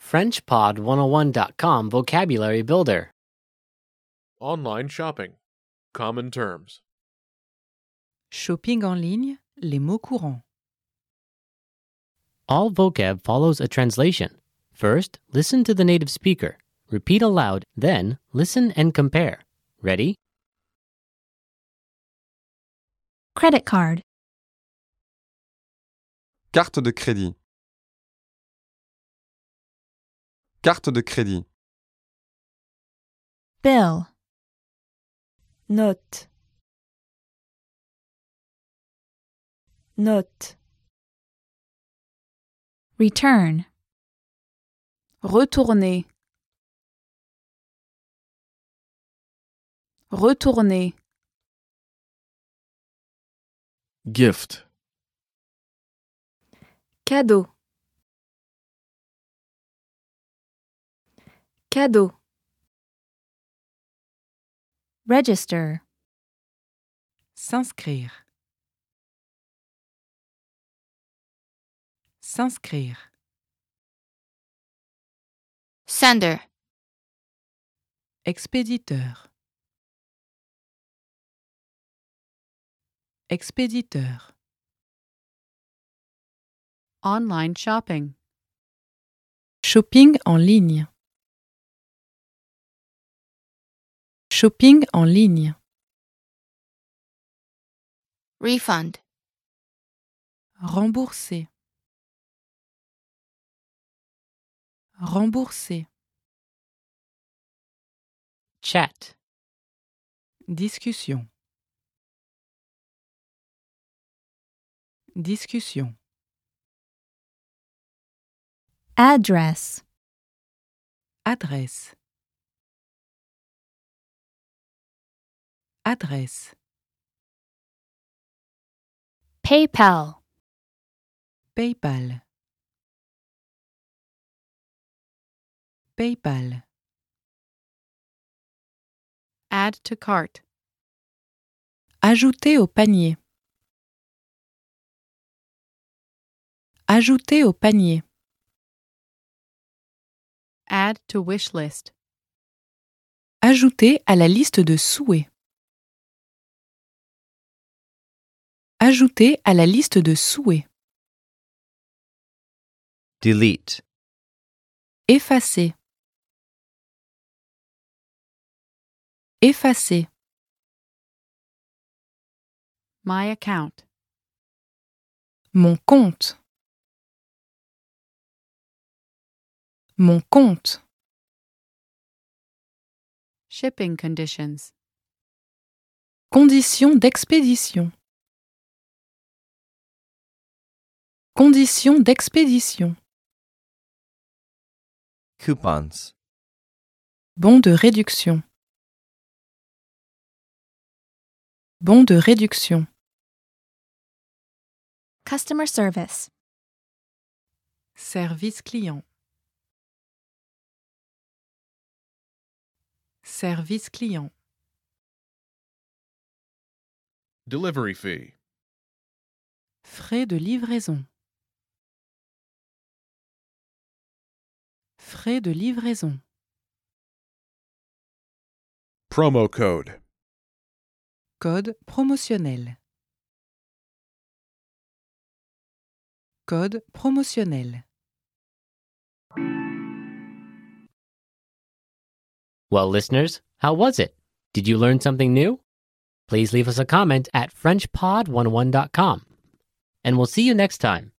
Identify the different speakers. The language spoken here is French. Speaker 1: FrenchPod101.com Vocabulary Builder.
Speaker 2: Online shopping. Common terms.
Speaker 3: Shopping en ligne, les mots courants.
Speaker 1: All vocab follows a translation. First, listen to the native speaker. Repeat aloud, then, listen and compare. Ready?
Speaker 4: Credit card.
Speaker 5: Carte de crédit. Carte de crédit.
Speaker 4: Bill. Note. Note. Return.
Speaker 6: Retourner. Retourner.
Speaker 7: gift,
Speaker 6: Cadeau. Cadeau.
Speaker 4: Register.
Speaker 3: S'inscrire. S'inscrire.
Speaker 8: sender,
Speaker 3: Expéditeur. Expéditeur.
Speaker 6: Online shopping.
Speaker 3: Shopping en ligne. Shopping en ligne.
Speaker 8: refund,
Speaker 3: Rembourser. Rembourser.
Speaker 1: Chat.
Speaker 3: Discussion. Discussion.
Speaker 4: Address.
Speaker 3: Adresse. Adresse.
Speaker 4: PayPal.
Speaker 3: PayPal. PayPal.
Speaker 6: Add to cart.
Speaker 3: Ajouter au panier. Ajouter au panier.
Speaker 6: Add to wish list.
Speaker 3: Ajouter à la liste de souhaits. Ajouter à la liste de souhaits.
Speaker 9: delete,
Speaker 3: Effacer. Effacer.
Speaker 6: My account.
Speaker 3: Mon compte. Mon compte.
Speaker 6: Shipping conditions.
Speaker 3: Conditions d'expédition. Conditions d'expédition.
Speaker 9: coupons,
Speaker 3: Bon de réduction. Bon de réduction.
Speaker 4: Customer service.
Speaker 3: Service client. Service client.
Speaker 2: Delivery fee.
Speaker 3: Frais de livraison. Frais de livraison.
Speaker 2: Promo code.
Speaker 3: Code promotionnel. Code promotionnel.
Speaker 1: Well, listeners, how was it? Did you learn something new? oh Please leave us a comment at FrenchPod101.com. And we'll see you next time.